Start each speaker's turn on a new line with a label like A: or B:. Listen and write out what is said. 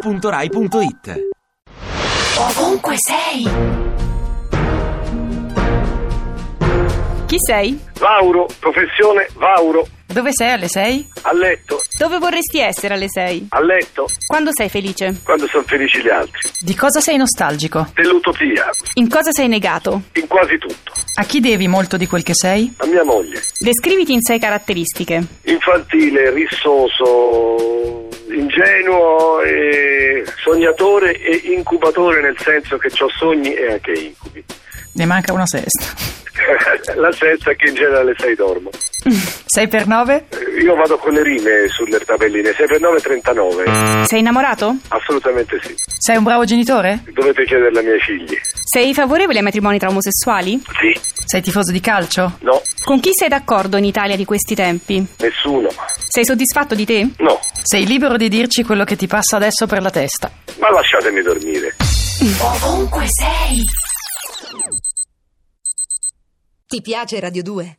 A: radio2pod.rai.it
B: Ovunque sei!
C: Chi sei?
D: Vauro, professione Vauro,
C: Dove sei alle 6?
D: a letto,
C: Dove vorresti essere alle 6?
D: a letto,
C: Quando sei felice?
D: quando sono felici gli altri,
E: Di cosa sei nostalgico?
D: dell'utopia,
C: In cosa sei negato?
D: in quasi tutto.
E: A chi devi molto di quel che sei?
D: A mia moglie,
C: Descriviti in sei caratteristiche.
D: infantile, rissoso, ingenuo, e sognatore e incubatore nel senso che ho sogni e anche incubi.
E: Ne manca una sesta.
D: La sesta è che in genere alle 6 dormo.
E: 6 per 9?
D: Io vado con le rime sulle tabelline, 6 per 9 e 39,
C: Sei innamorato?
D: assolutamente sì.
E: Sei un bravo genitore?
D: Dovete chiederlo ai miei figli.
C: Sei favorevole ai matrimoni tra omosessuali?
D: Sì,
E: Sei tifoso di calcio?
D: no,
C: Con chi sei d'accordo in Italia di questi tempi?
D: nessuno,
C: Sei soddisfatto di te?
D: no,
E: Sei libero di dirci quello che ti passa adesso per la testa.
D: ma lasciatemi dormire.
B: Ovunque sei!
F: Ti piace Radio 2?